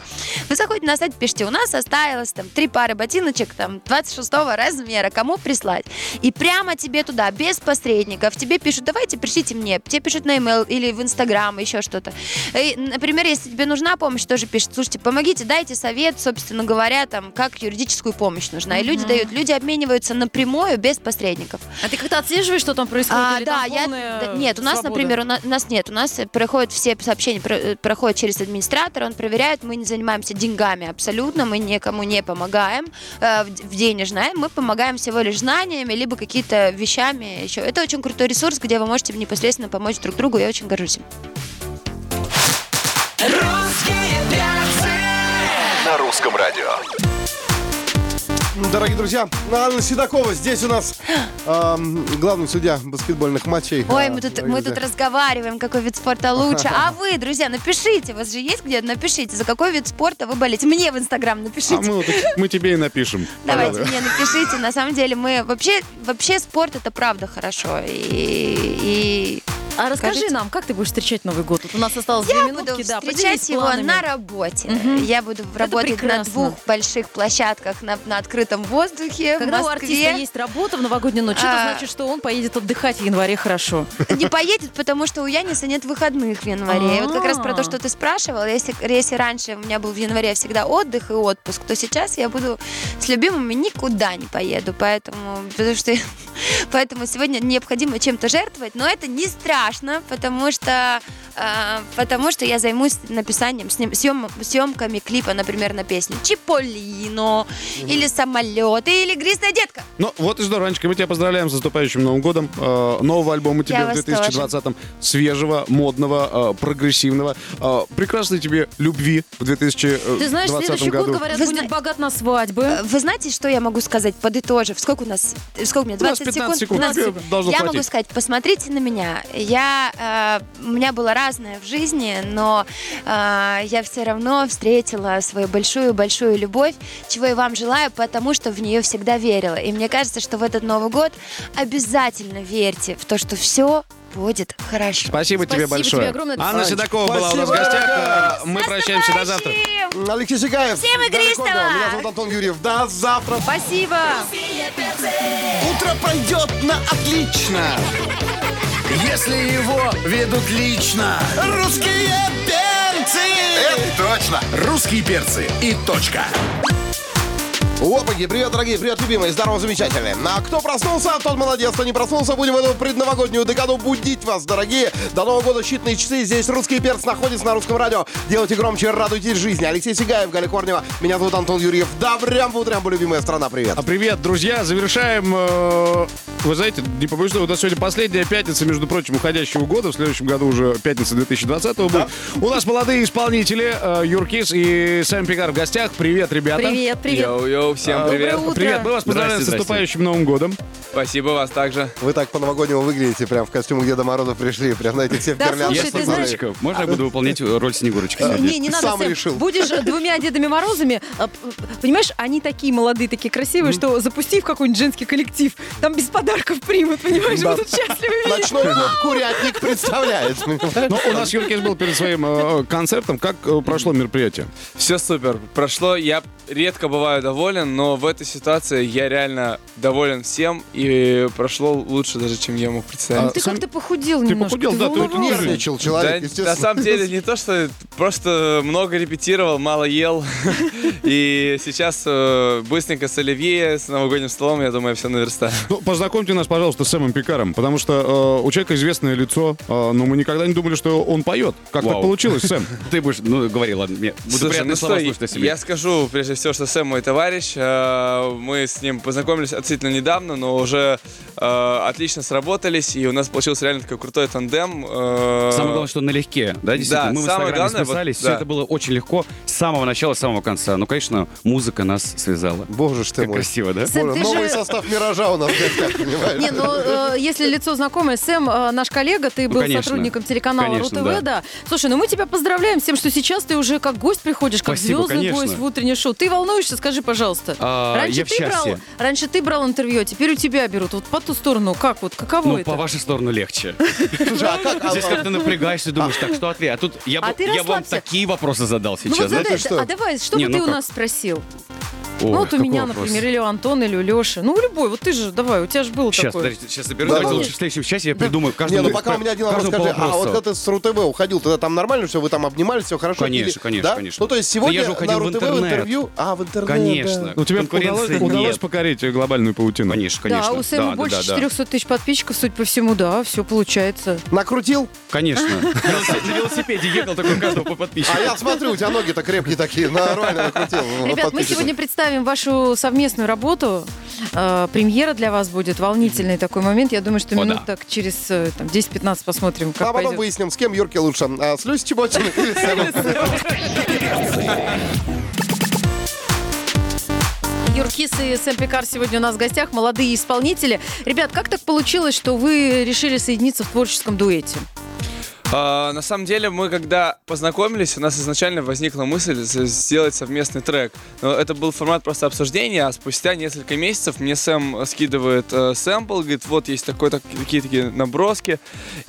Вы заходите на сайт, пишите, у нас осталось там три пары ботиночек там 26 размера, кому прислать? И прямо тебе туда, без посредников, тебе пишут, давайте пришлите мне. Тебе пишут на e или в Инстаграм, еще что-то. И, например, если тебе нужна помощь, тоже пишет, слушайте, помогите, дайте совет, собственно говоря, там, как юридическую помощь нужна. И люди дают, люди обмениваются напрямую, без посредников.
А ты как-то отслеживаешь, что там происходит?
А,
Или
да,
там
я,
полная
да, нет, у нас,
свобода?
например, у на- у нас нет, у нас э, проходят все сообщения, про- э, проходят через администратора, он проверяет, мы не занимаемся деньгами абсолютно, мы никому не помогаем э, в, д- в денежное, мы помогаем всего лишь знаниями, либо какие-то вещами еще. Это очень крутой ресурс, где вы можете непосредственно помочь друг другу, я очень горжусь им.
Русские перцы.
На русском радио.
Ну, Дорогие друзья, Анна Седокова здесь у нас эм, главный судья баскетбольных матчей.
Ой,
А,
мы тут,
дорогие
мы
друзья.
тут разговариваем, какой вид спорта лучше. А вы, друзья, напишите, у вас же есть где напишите, за какой вид спорта вы болеете. Мне в Инстаграм напишите.
А мы, вот так- мы тебе и напишем.
Э, Давайте
Пожалуйста.
мне напишите. На самом деле мы вообще вообще спорт это правда хорошо и, и
А расскажи
Скажите.
нам, как ты будешь встречать Новый год? Вот у нас осталось
я
две
буду
минутки, да,
встречать
поделись
его
планами.
на работе. Я буду работать на
прекрасно.
двух больших площадках на, на открытом воздухе
Когда
в
у артиста
Москве.
есть работа в новогоднюю ночь, это
А.
значит, что он поедет отдыхать в январе хорошо.
Не поедет, потому что у Яниса нет выходных в январе. И вот как раз про то, что ты спрашивал, если, если раньше у меня был в январе всегда отдых и отпуск, то сейчас я буду с любимыми никуда не поеду. Поэтому, потому что, поэтому сегодня необходимо чем-то жертвовать, но это не страшно, потому что, э, потому что я займусь написанием, сним- съем- съемками клипа, например, на песню Чиполлино или самолеты или Грязная детка.
Ну, вот и здорово, Анечка, мы тебя поздравляем с наступающим Новым годом. Э, нового альбома тебе
Я
в
вас
2020-м. Свежего, модного, э, прогрессивного. Э, прекрасной тебе любви в 2020
Ты знаешь, следующий
году.
год, говорят,
Вы
будет
зна-
богат на свадьбы.
Э, Вы знаете, что я могу сказать, подытожив? Сколько у нас? э, Сколько у меня?
У нас
20
15 секунд.
15
Тебе должно
я
хватить.
могу сказать, посмотрите на меня. Я, э, у меня было разное в жизни, но э, я все равно встретила свою большую-большую любовь, чего и вам желаю, потому что в нее всегда верила. И мне кажется, что в этот Новый год обязательно верьте в то, что все будет хорошо.
Спасибо, тебе
Спасибо
большое.
тебе огромное.
Анна
Анечка,
Седокова была у нас в
спасибо,
гостях. Э, Мы прощаемся до завтра.
Алексей Сигаев.
Всем
Дарья
игристого!
Корнева, Меня зовут Антон Юрьев. До завтра.
Спасибо.
Утро пройдет на отлично.
Если его ведут лично.
Русские перцы! Это точно!
Русские перцы и точка.
Опаги, привет, дорогие, привет, любимые, здорово, замечательные. А кто проснулся, тот молодец, кто не проснулся, будем в эту предновогоднюю декаду будить вас, дорогие. До Нового года считанные часы, здесь русский перц находится на русском радио. Делайте громче, радуйтесь жизни. Алексей Сигаев, Галя Корнева, меня зовут Антон Юрьев. Да, прям утрям, любимая страна, привет.
А привет, друзья, завершаем. э, Вы знаете, не побоюсь, что у нас сегодня последняя пятница, между прочим, уходящего года. В следующем году уже пятница 2020 будет. У нас молодые исполнители э, Юркис и Сэм Пикар в гостях. Привет, ребята. Э,
Привет, привет.
Йоу-йоу.
Алло, всем привет.
Доброе утро.
Привет, мы вас
Здрасте,
поздравляем с
здрасте.
наступающим Новым годом.
Спасибо вас также.
Вы так по-новогоднему выглядите, прям в костюме Деда Мороза пришли. Прям, знаете, все в
Да,
гирляндах
слушай,
Я
ты
собраны.
знаешь- а,
Снегурочка. Можно я буду выполнять роль Снегурочки сегодня?
Э, Не, не надо,
Сам
Сэм.
решил.
Будешь э, двумя Дедами Морозами. э, п- Понимаешь, они такие молодые, такие красивые, что запусти в какой-нибудь женский коллектив. Там без подарков примут, понимаешь?
Да.
Мы тут счастливы.
Ночной клуб «Курятник» представляет.
Но Ну, у нас Юркеш был перед своим э, концертом. Как э, прошло мероприятие?
Все супер. Прошло. Я редко бываю доволен, но в этой ситуации я реально доволен всем. И прошло лучше даже, чем я мог представить.
Ты как-то похудел
Ты
немножко.
похудел, да, ты вот
волновался.
Нервничал
Да,
А, человек,
на
естественно.
самом деле не то, что просто много репетировал, мало ел. И сейчас э, быстренько с Оливье, с новогодним столом, я думаю, все наверстаю.
Ну, познакомьте нас, пожалуйста, с Сэмом Пикаром, потому что э, у человека известное лицо, э, но мы никогда не думали, что он поет. Как так
Вау.
получилось, Сэм?
Ты будешь, ну, говори, ладно, мне буду
Слушай,
приятные
ну
слова
что,
слушать о себе.
Я скажу, прежде всего, что Сэм мой товарищ. Э, Мы с ним познакомились относительно недавно, но уже э, отлично сработались, и у нас получился реально такой крутой тандем. Э,
Самое главное, что налегке, да, действительно,
Да,
мы в
самое
Инстаграме
главное, вот,
списались, все
да.
это было очень легко с самого начала, с самого конца. Ну, конечно, музыка нас связала.
Боже ж ты
Как
мой.
красиво, да?
Сэм,
Боже,
ты
Новый
же-
состав «Миража» у нас в гостях, понимаешь?
Не, ну э, если лицо знакомое, Сэм, э, наш коллега, ты был
конечно.
сотрудником телеканала
Конечно,
РУ-ТВ,
да.
да. Слушай, ну мы тебя поздравляем с тем, что сейчас ты уже как гость приходишь, как
Спасибо,
звездный
конечно.
гость в утреннее шоу. Ты волнуешься, скажи, пожалуйста.
А,
раньше,
я в
ты брал,
счастье.
раньше ты брал интервью, а теперь у тебя берут. Вот по ту сторону, как вот, каково
Ну,
это?
по вашей сторону легче.
Слушай, а как... а-
Здесь как-то напрягаешься, думаешь, так, что ответ? А тут я,
А
бы-
ты
я вам
расслабься.
такие вопросы задал
Ну
сейчас.
вот
знаете?
задай,
что?
а давай, что
Не,
бы
ну
ты у
как?
нас спросил?
Ой,
ну вот у
какой
меня,
вопрос.
например, или у Антона, или у Леши. Ну, любой, вот ты же, давай, у тебя же было
Сейчас,
такое.
подождите, сейчас соберу,
Да,
давайте
да,
лучше в следующем часе я придумаю
Не,
каждому.
ну пока у меня один вопрос,
каждому по
скажи, а вот
вопросу.
когда ты с РУ-ТВ уходил, тогда там нормально все, вы там обнимались, все хорошо?
Конечно,
Или-
конечно,
да?
конечно.
Ну то есть
Да я
сегодня
же
на
уходил в
РУ-ТВ
интернет.
интервью? А, в интернет,
Конечно.
да.
Ну, тебе удалось,
Конкуренции
удалось
нет.
покорить э, глобальную паутину?
Конечно,
Да,
конечно.
у Сэма
да,
больше
да, да.
400 тысяч подписчиков, судя по всему, да, все получается.
Накрутил?
Конечно. На велосипеде ехал такой каждого по подписчику.
А я смотрю, у тебя ноги-то крепкие такие, нормально накрутил. Ну,
Ребят, мы
подписчиков.
сегодня представим вашу совместную работу. Э, премьера для вас будет волнительный такой момент. Я думаю, что
О,
минут
да.
так через э, там, 10-15 посмотрим, как
А потом
пойдет.
выясним, с кем Юрке лучше, а, с Люсей Чеботиной или с Сэмом.
Юркис и Сэм Пикар сегодня у нас в гостях, молодые исполнители. Ребят, как так получилось, что вы решили соединиться в творческом дуэте?
А, На самом деле, мы когда познакомились, у нас изначально возникла мысль с- сделать совместный трек. Но это был формат просто обсуждения, а спустя несколько месяцев мне Сэм скидывает э, сэмпл, говорит, вот есть такой, так- такие такие наброски.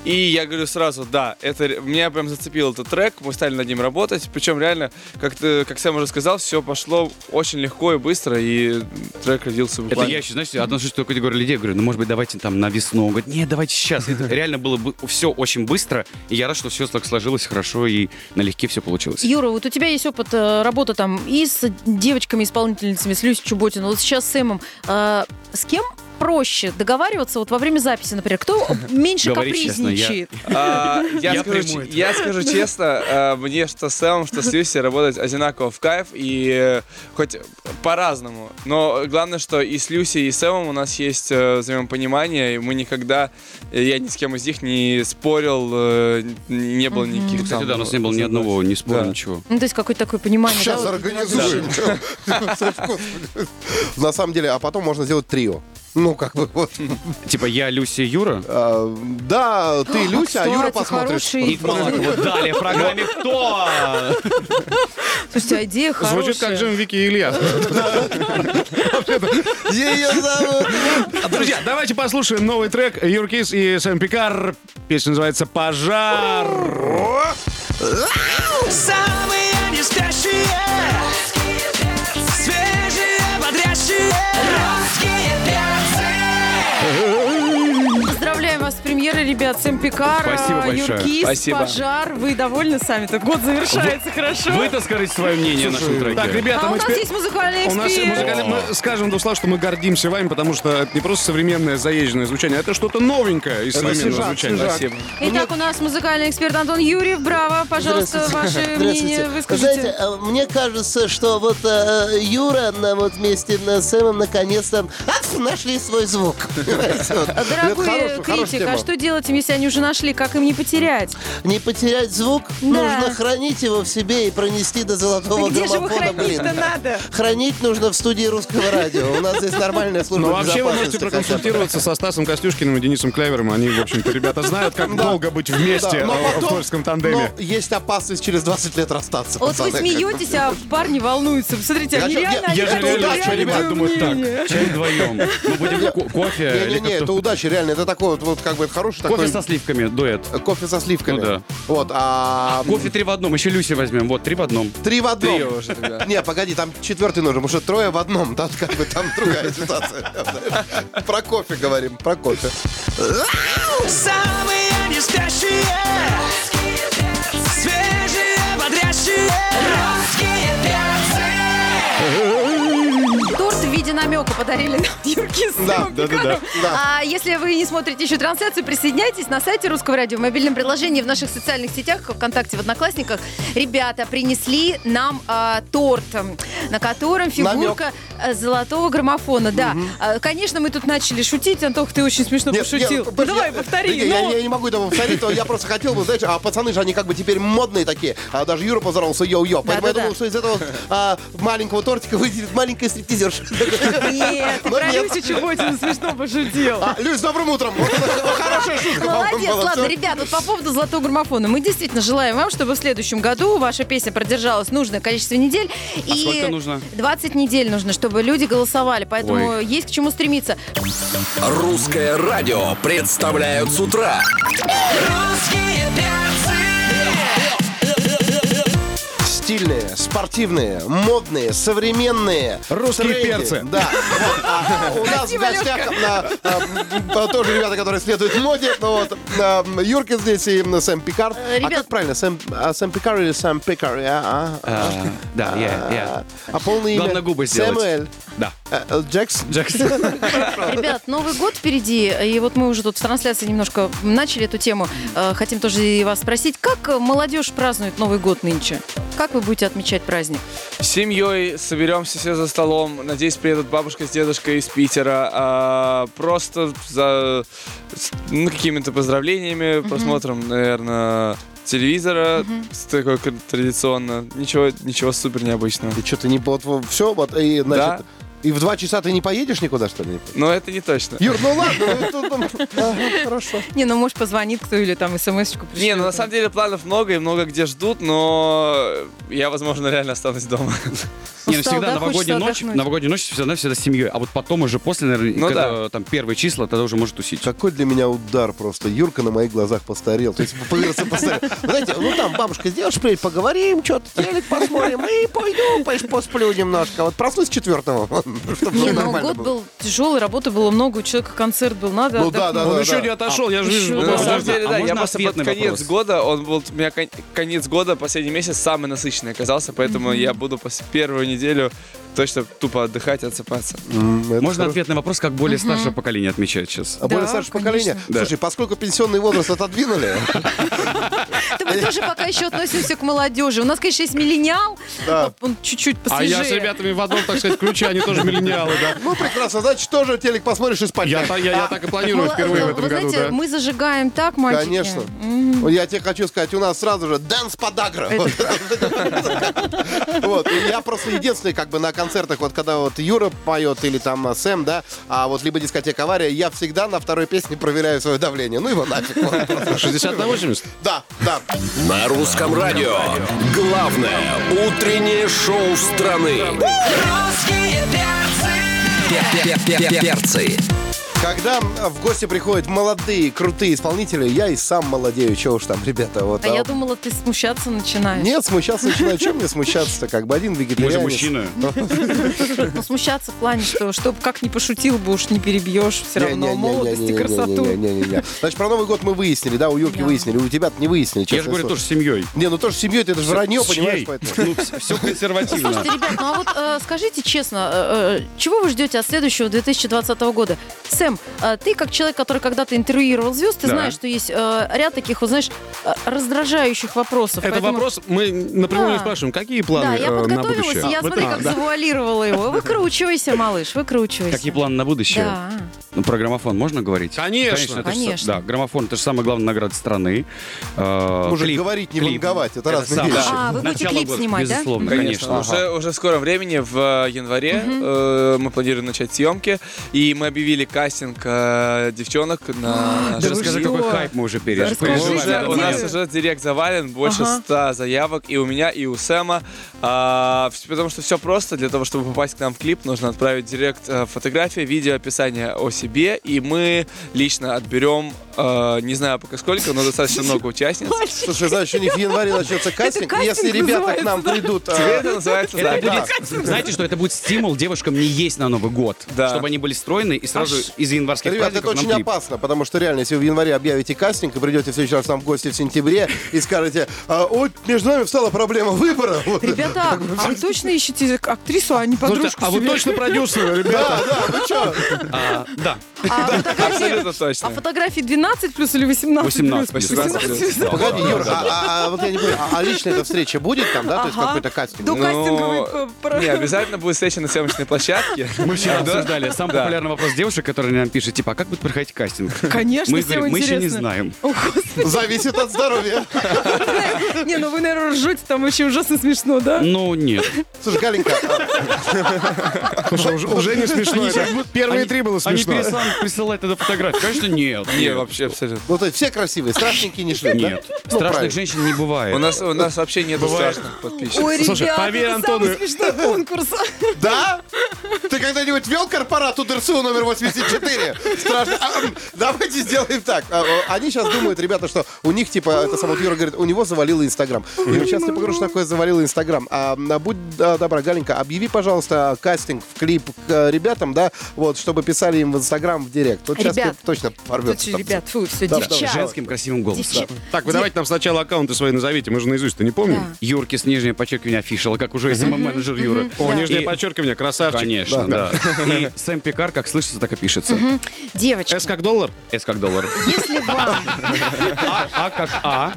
И я говорю сразу, да, это ре- меня прям зацепил этот трек, мы стали над ним работать. Причем реально, как, ты, как Сэм уже сказал, все пошло очень легко и быстро, и трек родился
Это
буквально.
я еще, знаешь, отношусь к такой категории людей. Говорю, ну, может быть, давайте там на весну. Он говорит, нет, давайте сейчас. Это реально было бы все очень быстро. И я рад, что все так сложилось хорошо и налегке все получилось.
Юра, вот у тебя есть опыт э, работы там и с девочками-исполнительницами, с Люсей Чуботиной, вот сейчас с Сэмом. Э, с кем проще договариваться вот во время записи, например? Кто меньше
Говори честно, я-
капризничает?
А, Я,
Я
скажу,
приму
ч-
это.
я скажу честно, э, мне что с Сэмом, что с Люси работать одинаково в кайф и э, хоть по-разному. Но главное, что и с Люси, и с Сэмом у нас есть э, взаимопонимание, и мы никогда, э, я ни с кем из них не спорил, э, н- не было никаких
Ну, Кстати,
там,
да, у нас не было ни
разногласий.
одного, ни спора,
Да.
ничего.
Ну, то есть какое-то такое понимание.
Сейчас
да, вот
организуем. На самом деле, а потом можно сделать трио. Ну, как бы вот.
Типа я, Люся и Юра.
а, Да, ты, Люся, а Юра
кстати,
посмотришь.
хороший.
И Малахова. Далее в программе «Кто?».
Слушайте, а идея хорошая.
Звучит как Джим Вики и Илья.
Ее зовут.
Друзья, давайте послушаем новый трек Юркис и Сэм Пикар. Песня называется «Пожар».
Самые не спящие Свежие, бодрящие Русские перцы
Поздравляем вас с премьерой, ребят. Сэм Пикар,
Спасибо большое.
Юркис,
Спасибо.
Пожар. Вы довольны сами-то? Год завершается хорошо.
Вы-то скажите свое мнение о нашем треке.
Так, ребята,
А у
мы
нас
теперь...
есть музыкальный
У нас
эксперт.
музыкальный- мы скажем, Дуслав, что мы гордимся вами, потому что это не просто современное заезженное звучание, а это что-то новенькое из современного
свежак,
звучания.
свежак.
Спасибо.
Итак, у нас музыкальный эксперт Антон Юрьев. Браво, пожалуйста, ваше мнение
Знаете,
выскажите.
э, мне кажется, что вот э, Юра на- вот вместе с Сэмом наконец-то ах, нашли свой звук.
Дорогой
хорошая-
критик,
хорошая
а
тема.
что делать если они уже нашли, как им не потерять?
Не потерять звук?
Да.
Нужно хранить его в себе и пронести до золотого
Где же его
граммофона,
хранить-то
блин.
надо?
Хранить нужно в студии русского радио. У нас здесь нормальная служба
Но Ну, вообще вы
безопасности,
можете
в конце
проконсультироваться со Стасом Костюшкиным и Денисом Клявером. Они, в общем-то, ребята знают, как долго быть вместе
Да, но
э, в
потом-
польском тандеме.
но есть опасность через 20 лет расстаться.
Вот вы
пацаны, как бы.
смеетесь, а парни волнуются. Смотрите, они реально... они хотят реально друг мнения.
Чай вдвоем. Мы будем ко- кофе или
Не-не-не, это
как-то-
удача, реально. Это такой вот, вот как бы хороший такой...
Кофе со сливками, дуэт.
Кофе со сливками.
Ну да.
Вот, а...
Кофе три в одном, еще Люси возьмем. Вот, три в одном.
Три в одном.
Трио уже тогда.
Не, погоди, там четвертый нужен, потому что трое в одном. Там как бы там другая ситуация. Про кофе говорим, про кофе.
Самые неспящие Свежие, бодрящие Русские перцы
Торт в виде намека подарили нам Юрки с
Да, да, да, да, да.
А если вы не смотрите еще трансляцию, присоединяйтесь на сайте Русского радио, в мобильном приложении, в наших социальных сетях, ВКонтакте, в Одноклассниках. Ребята принесли нам а, торт, м, на котором фигурка э, золотого граммофона. Да, А, конечно, мы тут начали шутить. Антох, ты очень смешно
Нет,
пошутил.
нет,
ну,
подожди,
давай,
я-
повтори.
Я,
ну.
я не могу этого повторить, но я просто хотел бы, знаешь, а пацаны же, они как бы теперь модные такие, а даже Юра поздоровался йо-йо. Поэтому я
да,
думал,
да.
что из этого а, маленького тортика выйдет маленькая стриптизерша.
Нет, ты
Но
про
нет.
Люсю Чеботину смешно пошутил.
А, Люсь, добрым утром! Вот это Хорошая шутка, по-моему,
Молодец,
была.
ладно,
Всё.
ребят, вот по поводу золотого граммофона. Мы действительно желаем вам, чтобы в следующем году ваша песня продержалась нужное количество недель.
А сколько нужно?
20 недель нужно, чтобы люди голосовали, поэтому
Ой.
есть к чему стремиться.
Русское радио представляют с утра.
Русские перцы
Стильные, спортивные, модные, современные.
Русские
тренди.
перцы.
Да. Вот, а, У нас в
Спасибо,
гостях
Лёшка.
а, а, м, тоже ребята, которые следуют моде. Ну вот, а, м, Юркин здесь и м, Сэм Пикард. А как правильно, Сэм а, Сэм Пикар или Сэм Пикар? Я, а, а.
А, Да, я, я.
А полное имя?
Главное губы сделать.
Сэмюэль.
Да.
Э, э, Джекс?
Джекс.
Ребят, Новый год впереди, и вот мы уже тут в трансляции немножко начали эту тему. Э, Хотим тоже и вас спросить, как молодежь празднует Новый год нынче? Как вы будете отмечать праздник?
С семьей соберемся все за столом. Надеюсь, приедут бабушка с дедушкой из Питера. А, просто за с- ну, какими-то поздравлениями, просмотром, наверное, телевизора. с- Такое как традиционно. Ничего, ничего супер необычного.
И что, ты не... Вот все, вот, и, значит... И в два часа ты не поедешь никуда, что ли?
Но это не точно.
Юр, ну ладно, ну, тут, ну, ага, хорошо.
Не, ну может позвонит кто или там смс-очку пришлет.
Не, ну на самом деле планов много и много где ждут, но я, возможно, реально останусь дома.
Не, ну
Устал,
всегда
да?
новогодняя
Хочется
ночь,
отдохнуть.
новогодняя ночь всегда, всегда с семьей, а вот потом уже после, наверное,
Ну
когда там первые числа, тогда уже может тусить.
Какой для меня удар просто. Юрка на моих глазах постарел. То есть вырос и постарел. Знаете, ну там бабушка сделаешь, приедет, поговорим, что-то телек посмотрим и пойду, понимаешь, посплю немножко. Вот проснусь четвертого, чтобы
Не, ну
нормально
год
было.
был тяжелый, работы было много, у человека концерт был, надо
Ну да, да,
отдохнуть.
да, да.
отошел, я же
вижу,
Ну, на самом
подожди,
деле,
а
да, я
можно
просто под
ответный
конец
вопрос?
года, он был, у меня кон- конец года, последний месяц самый насыщенный оказался, поэтому я буду пос- первую неделю точно тупо отдыхать, отсыпаться.
Можно ответ на вопрос, как более старшее поколение отмечает сейчас?
А более
Да,
старшее поколение.
Да.
Слушай, поскольку пенсионный возраст отодвинули,
Да мы тоже пока еще относимся к молодежи. У нас, конечно, есть миллениал,
Да.
он чуть-чуть
А
посвежее.
я с ребятами в одном, так сказать, ключе, они тоже миллениалы, да.
ну прекрасно, значит, тоже телек посмотришь и спать. А,
Я, та- я, я так и планирую
Мала-
впервые в
А, вы
этом году,
знаете,
да.
мы зажигаем так, мальчики.
Конечно. Вот Я тебе хочу сказать, у нас сразу же Дэнс Подагра. Вот, и я просто единственный, как бы на концертах, вот когда вот Юра поет или там а, Сэм, да, а вот либо дискотека авария, я всегда на второй песне проверяю свое давление. Ну его нафиг. вот, просто.
60 на 80?
Да, да.
На русском радио. Главное утреннее шоу страны.
Русские перцы
Перцы.
Когда а, в гости приходят молодые, крутые исполнители, я и сам молодею, чего уж там, ребята. Вот,
А я
а,
думала, ты смущаться начинаешь.
Нет, смущаться начинаю. Чем мне смущаться-то? Как бы один
Мы
вегетарианец.
же мужчины.
Ну, смущаться в плане, что чтобы как не пошутил бы, уж не перебьешь все равно
Не-не-не-не-не-не-не-не-не-не-не-не.
молодость и красоту.
Значит, про Новый год мы выяснили, да, у Юрки
Да.
выяснили, у тебя не выяснили.
Я
честное
же говорю,
слово.
тоже с семьей.
Не, ну тоже с семьей, ты это же вранье,
С
понимаешь,
чьей?
поэтому.
Ну, вс- все консервативно.
Слушайте, ребят, ну а вот э, скажите честно, э, э, чего вы ждете от следующего 2020 года? Секс, Сэм, а ты как человек, который когда-то интервьюировал звезд, ты
Да.
знаешь, что есть э, ряд таких, вот, знаешь, э, раздражающих вопросов.
Это
поэтому-
вопрос, мы напрямую не
Да.
спрашиваем, какие планы
Да, я
э, на
подготовилась,
будущее?
и я,
Вот
смотри,
это-
как
да.
завуалировала его. Выкручивайся, малыш, выкручивайся.
Какие планы на будущее?
Да.
Ну, про граммофон можно говорить?
Конечно.
это ж со-
Конечно.
да, граммофон это же самая главная награда страны. Э,
Может,
клип-
говорить, не
клип.
ванговать, это разные
самое-
вещи.
А, вы будете
Начало
клип
года,
снимать, да?
Безусловно, Ну, конечно.
Уже, уже в скором времени, в э, январе, э, мы планируем начать съемки. И мы объявили кастинг э, девчонок на... наш-
Ты расскажи, какой хайп мы уже пережили.
уже, Ну, у нас
Понятно.
уже директ завален, больше
Ага.
100 заявок и у меня, и у Сэма. А, вс- потому что все просто, для того, чтобы попасть к нам в клип, нужно отправить директ э, фотографии, видео, описание о себе, и мы лично отберем, э, не знаю пока сколько, но достаточно много участниц.
Слушай, знаешь, у них в январе начнется кастинг, и если ребята к нам придут...
Тебе
э,
это называется
Это
да.
будет, знаете, что это будет стимул девушкам не есть на Новый год,
Да.
чтобы они были стройные и сразу
Аж-
из январских
Ребят, это
праздников нам
очень
клип.
опасно, потому что реально, если вы в январе объявите кастинг и придете в следующий раз там в гости в сентябре и скажете, «А, вот между нами встала проблема выбора. Вот.
Ребята, а вы точно ищете актрису, а не подружку
а вы
себе?
точно продюсеры, ребята?
Да, да, вы что?
А, Да.
А фотографии-
Абсолютно
а
точно.
фотографии 12 плюс или 18
18
плюс?
плюс.
18 плюс.
Да.
Погоди,
Да,
Юр,
да, да.
а а, вот я не понимаю, а лично эта встреча будет там, да? То есть
Ага.
какой-то кастинг?
До
Ну,
кастинговой пр-
Не, обязательно будет встреча на съемочной площадке.
Мы вчера
Да.
обсуждали самый
Да.
популярный вопрос девушек, которые нам пишет, типа, а как будет проходить кастинг?
Конечно,
Мы
всем
говорим, мы еще не
интересно».
знаем.
О, господи,
Зависит от здоровья.
не, ну вы, наверное, ржете, там вообще ужасно смешно, да?
Ну, нет.
Слушай, Галенька, а,
Слушай, уже- уже не смешно. это. Первые
Они-
три было
Они
смешно.
переслали- присылают это фотографию. Конечно, нет.
Не, вообще абсолютно.
ну то есть все красивые, страшненькие не шли, да?
Нет.
Ну, правильно.
Страшных женщин не
У
бывает.
нас, у нас вообще нет страшных подписчиков.
Ой,
Слушай,
ребята,
поверь,
это
Антону-
самый смешной конкурс.
Да? Ты когда-нибудь вел корпорату ДРСУ номер 84? Страшно. А, м, Давайте сделаем так. А, а, Они сейчас думают, ребята, что у них, типа, это самое Юра говорит, у него завалило Инстаграм. Юра, сейчас я покажу, что такое завалило Инстаграм. А, м, а будь да, добра, Галенька, объяви, пожалуйста, кастинг в клип к э, ребятам, да, вот, чтобы писали им в Инстаграм в директ. Вот сейчас
Ребят.
ты точно порвется.
Слушай,
там.
ребят, фу, все,
Да,
девчата.
Женским красивым голосом.
Девчата.
Так, вы давайте нам сначала аккаунты свои назовите, мы же наизусть-то не помним.
Юрки с нижнее подчеркивание офишала, как уже СММ-менеджер Юра.
О, нижнее
И-
подчеркивание, красавчик.
Конечно, да. И Сэм Пикар, как слышится, так и пишется.
Девочки,
С как доллар?
С как доллар.
если вам
А, а как А.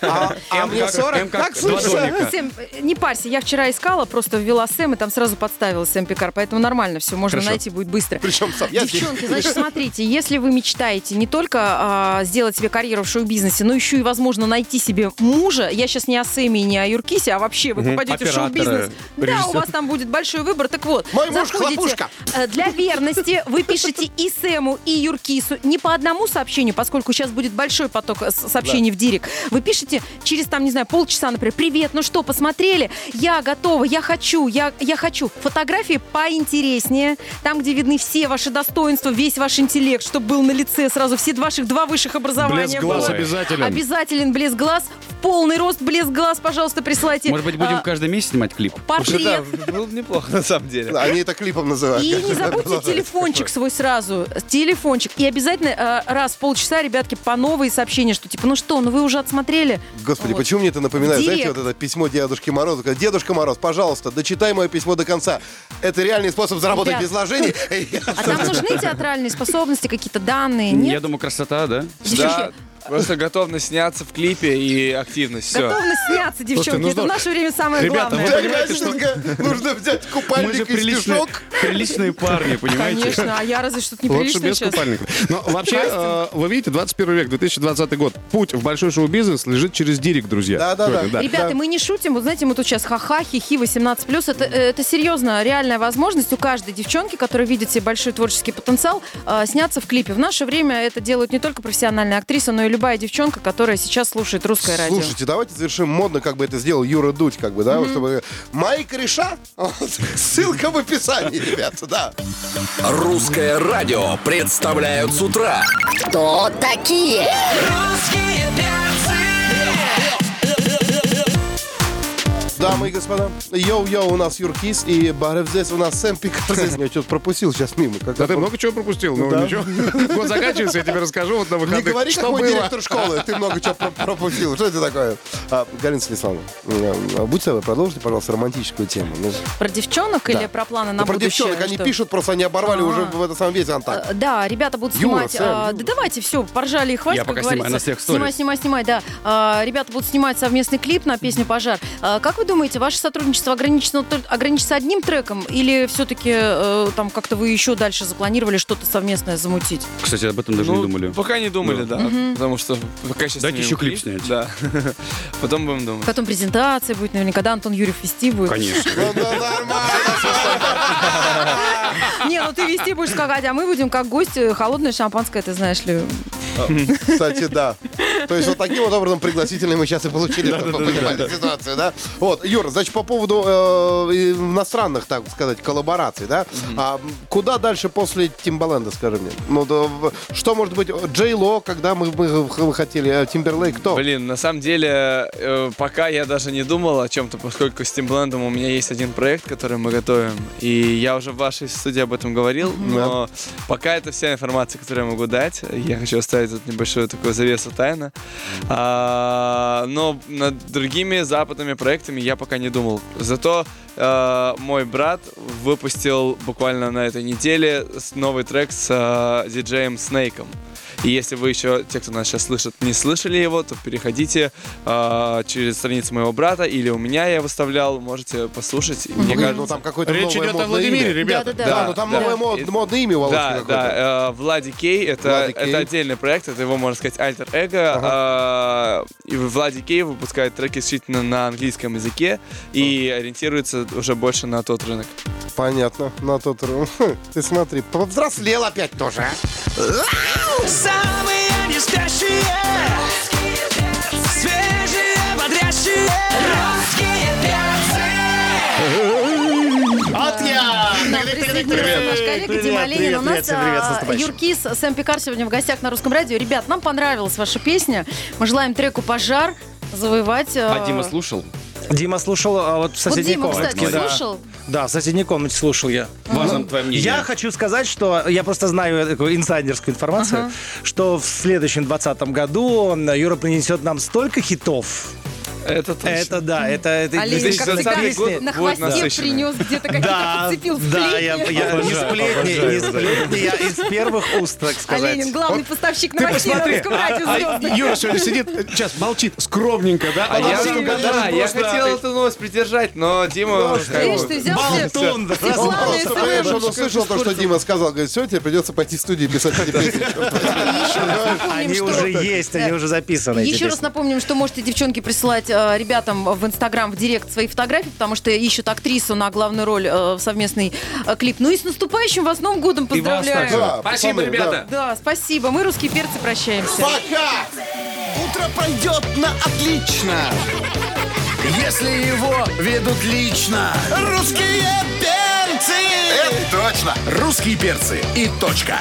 А, а мне 40, как слышно?
Сэм, э, не парься, я вчера искала, просто ввела Сэм и там сразу подставила Сэм Пикар, поэтому нормально все, можно
Хорошо.
найти будет быстро.
Причем сам. Я здесь.
Девчонки, значит, смотрите, если вы мечтаете не только а, сделать себе карьеру в шоу-бизнесе, но еще и, возможно, найти себе мужа, я сейчас не о Сэме и не о Юркисе, а вообще вы попадете
Оператора,
в шоу-бизнес. Да, у вас там будет большой выбор. Так вот,
Мой муж
заходите.
хлопушка.
Э, Для верности вы пишете и Сэму, и Юркису не по одному сообщению, поскольку сейчас будет большой поток э, с- сообщений в Дирик. Вы пишете через, там, не знаю, полчаса, например, «Привет, ну что, посмотрели? Я готова, я хочу, я, я хочу». Фотографии поинтереснее, там, где видны все ваши достоинства, весь ваш интеллект, чтобы был на лице сразу все ваших два высших образования.
Блеск глаз
было.
обязателен.
Обязателен блеск глаз, в полный рост блеск глаз, пожалуйста, присылайте.
Может быть, будем
а,
каждый месяц снимать клип?
портрет.
Да, было бы неплохо на самом деле.
Они это клипом называют.
И не забудьте
Продолжай.
телефончик свой сразу. Телефончик. И обязательно э, раз в полчаса, ребятки, по новые сообщения, что типа, ну что, ну вы уже отсмотрели?
Господи,
Вот.
почему мне это напоминает,
Директ.
знаете, вот это письмо Дедушки Мороза? когда, Дедушка Мороз, пожалуйста, дочитай мое письмо до конца. Это реальный способ заработать
Ребят.
без вложений.
А там нужны театральные способности, какие-то данные?
Я
Нет?
думаю, красота, да?
Да, просто готовность сняться в клипе и активность. Все.
Готовность сняться, девчонки.
ну
Это в
что-
наше время самое
Ребята,
главное.
Для кастинга нужно взять
Мы же
купальник и
приличные,
стишок.
приличные парни, понимаете?
Конечно, а я разве что-то
Лучше
неприличное
без
сейчас.
купальников. Но вообще, э, вы видите, 21 век, 2020 год. Путь в большой шоу-бизнес лежит через дирик, друзья.
Да-да-да.
Сегодня,
Ребята, мы не шутим. Вот знаете, мы тут сейчас ха-ха, хихи, 18 плюс. Это, э, это серьезно, реальная возможность у каждой девчонки, которая видит себе большой творческий потенциал, э, сняться в клипе. В наше время это делают не только профессиональные актрисы, но и любая девчонка, которая сейчас слушает русское радио.
Слушайте, давайте завершим модно, как бы это сделал Юра Дудь, как бы, да, вот чтобы... Мои кореша, Вот. ссылка в описании, ребята, да.
Русское радио представляют с утра.
Кто такие?
Русские перцы.
Дамы и господа, йоу-йоу, у нас Юркис и Барев здесь, у нас Сэм Пикар здесь. Я что-то пропустил сейчас мимо.
Да ты много чего пропустил, но
Да.
ничего. Год заканчивается, я тебе расскажу вот на
Не
выходных.
говори,
что
какой
было.
директор школы, ты много чего про- пропустил. Что это такое? А, Галина Станиславовна, э, будь со мной, продолжите, пожалуйста, романтическую тему. Ну,
Про девчонок
Да.
или про планы на
да про
будущее?
девчонок, они
Что?
пишут, просто они оборвали
А.
уже в этом самом весь Антак.
Э, Да, ребята будут
Юра,
снимать.
Сэм,
а,
Юра.
да давайте, все, поржали и хватит,
Я
как
пока снимаю
говорится.
на всех сторис.
снимай, снимай, снимай, да. А, ребята будут снимать совместный клип на песню «Пожар». А, как вы думаете, ваше сотрудничество ограничено, тол- ограничится одним треком или все-таки э, там как-то вы еще дальше запланировали что-то совместное замутить?
Кстати, об этом даже не думали.
Пока не думали, Ну, да.
Мгм.
Потому что пока сейчас
Дайте еще клип снять.
Да. Потом будем думать.
Потом презентация будет наверняка, да, Антон Юрьев вести будет. Ну, Не, ну ты вести будешь сказать, а мы будем как гости холодное шампанское, ты знаешь ли.
А, Кстати, да. То есть вот таким вот образом пригласительные мы сейчас и получили, чтобы вы понимали ситуацию, да? Вот, Юр, значит, по поводу э, иностранных, так сказать, коллабораций, да? А куда дальше после Тимбаленда, скажи мне? Ну, да, в- что может быть Джей Ло, когда мы, мы х- хотели, э, Тимберлейк, кто?
Блин, на самом деле, э, пока я даже не думал о чем-то, поскольку с Timbaland у меня есть один проект, который мы готовим. И я уже в вашей студии об этом говорил, но пока это вся информация, которую я могу дать. Я хочу оставить тут небольшую такую завесу тайны. А, но над другими западными проектами я пока не думал. Зато э, мой брат выпустил буквально на этой неделе с- новый трек с э, диджеем Снейком. И если вы еще, те, кто нас сейчас слышит, не слышали его, то переходите э, через страницу моего брата или у меня я выставлял, можете послушать. И Мне
Блин,
кажется,
ну там какое-то новое модное имя.
Да,
Да, ну там новое мод- модное имя у Володьки
да,
какое-то.
да, э, Влади Кей, это,
Влади Кей.
это отдельный проект, это его, можно сказать, альтер-эго. Э, и Влади Кей выпускает треки исключительно на английском языке и ориентируется уже больше на тот рынок.
Понятно, на тот ру- Ты смотри, повзрослел опять тоже, а?
Самые не спящие Свежие, бодрящие Русские перцы
От я!
Нам присоединился наш коллега Дима Ленин. У нас а, Юркис, Сэм Пикар сегодня в гостях на Русском радио. Ребят, нам понравилась ваша песня. Мы желаем треку «Пожар» завоевать. э,
А Дима слушал?
Дима слушал а вот в соседней
Дима, кстати,
комнатке. да.
слушал?
Да, в соседней комнате слушал я.
Важно твое мнение.
Я хочу сказать, что я просто знаю такую инсайдерскую информацию,
Ага.
что в следующем 2020 году Юра принесет нам столько хитов.
Это
Это да, это... это
Олень, как
действительно
цыган,
песни.
на хвосте принес где-то какие-то
Да,
подцепил
да, я, я не
Обожаю,
сплетни,
обожаю,
не
обожаю.
сплетни, я из первых уст, так сказать.
Оленин, главный поставщик новостей на
А,
русском радио звездных.
э, сейчас молчит скромненько, да?
А я,
Потому что
да,
даже
я
просто-
хотел эту новость придержать, но
Ну,
Дима... как
Видишь,
бы-
ты взял себе-
Болтун, да.
Ты
Он
главный
просто, понимаешь, он
СММщик.
услышал то, что Дима сказал. Говорит, все, тебе придется пойти в студию писать эти песни.
Они
что-
уже есть, они
Да.
уже записаны. эти
Еще
песни.
раз напомним, что можете, девчонки, присылать э, ребятам в Инстаграм, в Директ свои фотографии, потому что ищут актрису на главную роль э, в совместный э, клип. Ну и с наступающим вас Новым годом поздравляю.
также. Да, Спасибо, пацаны, ребята.
Да, спасибо. Мы, русские перцы, прощаемся.
Пока!
Утро пройдет на отлично, если его ведут лично. Русские перцы! Это точно! Русские перцы и точка!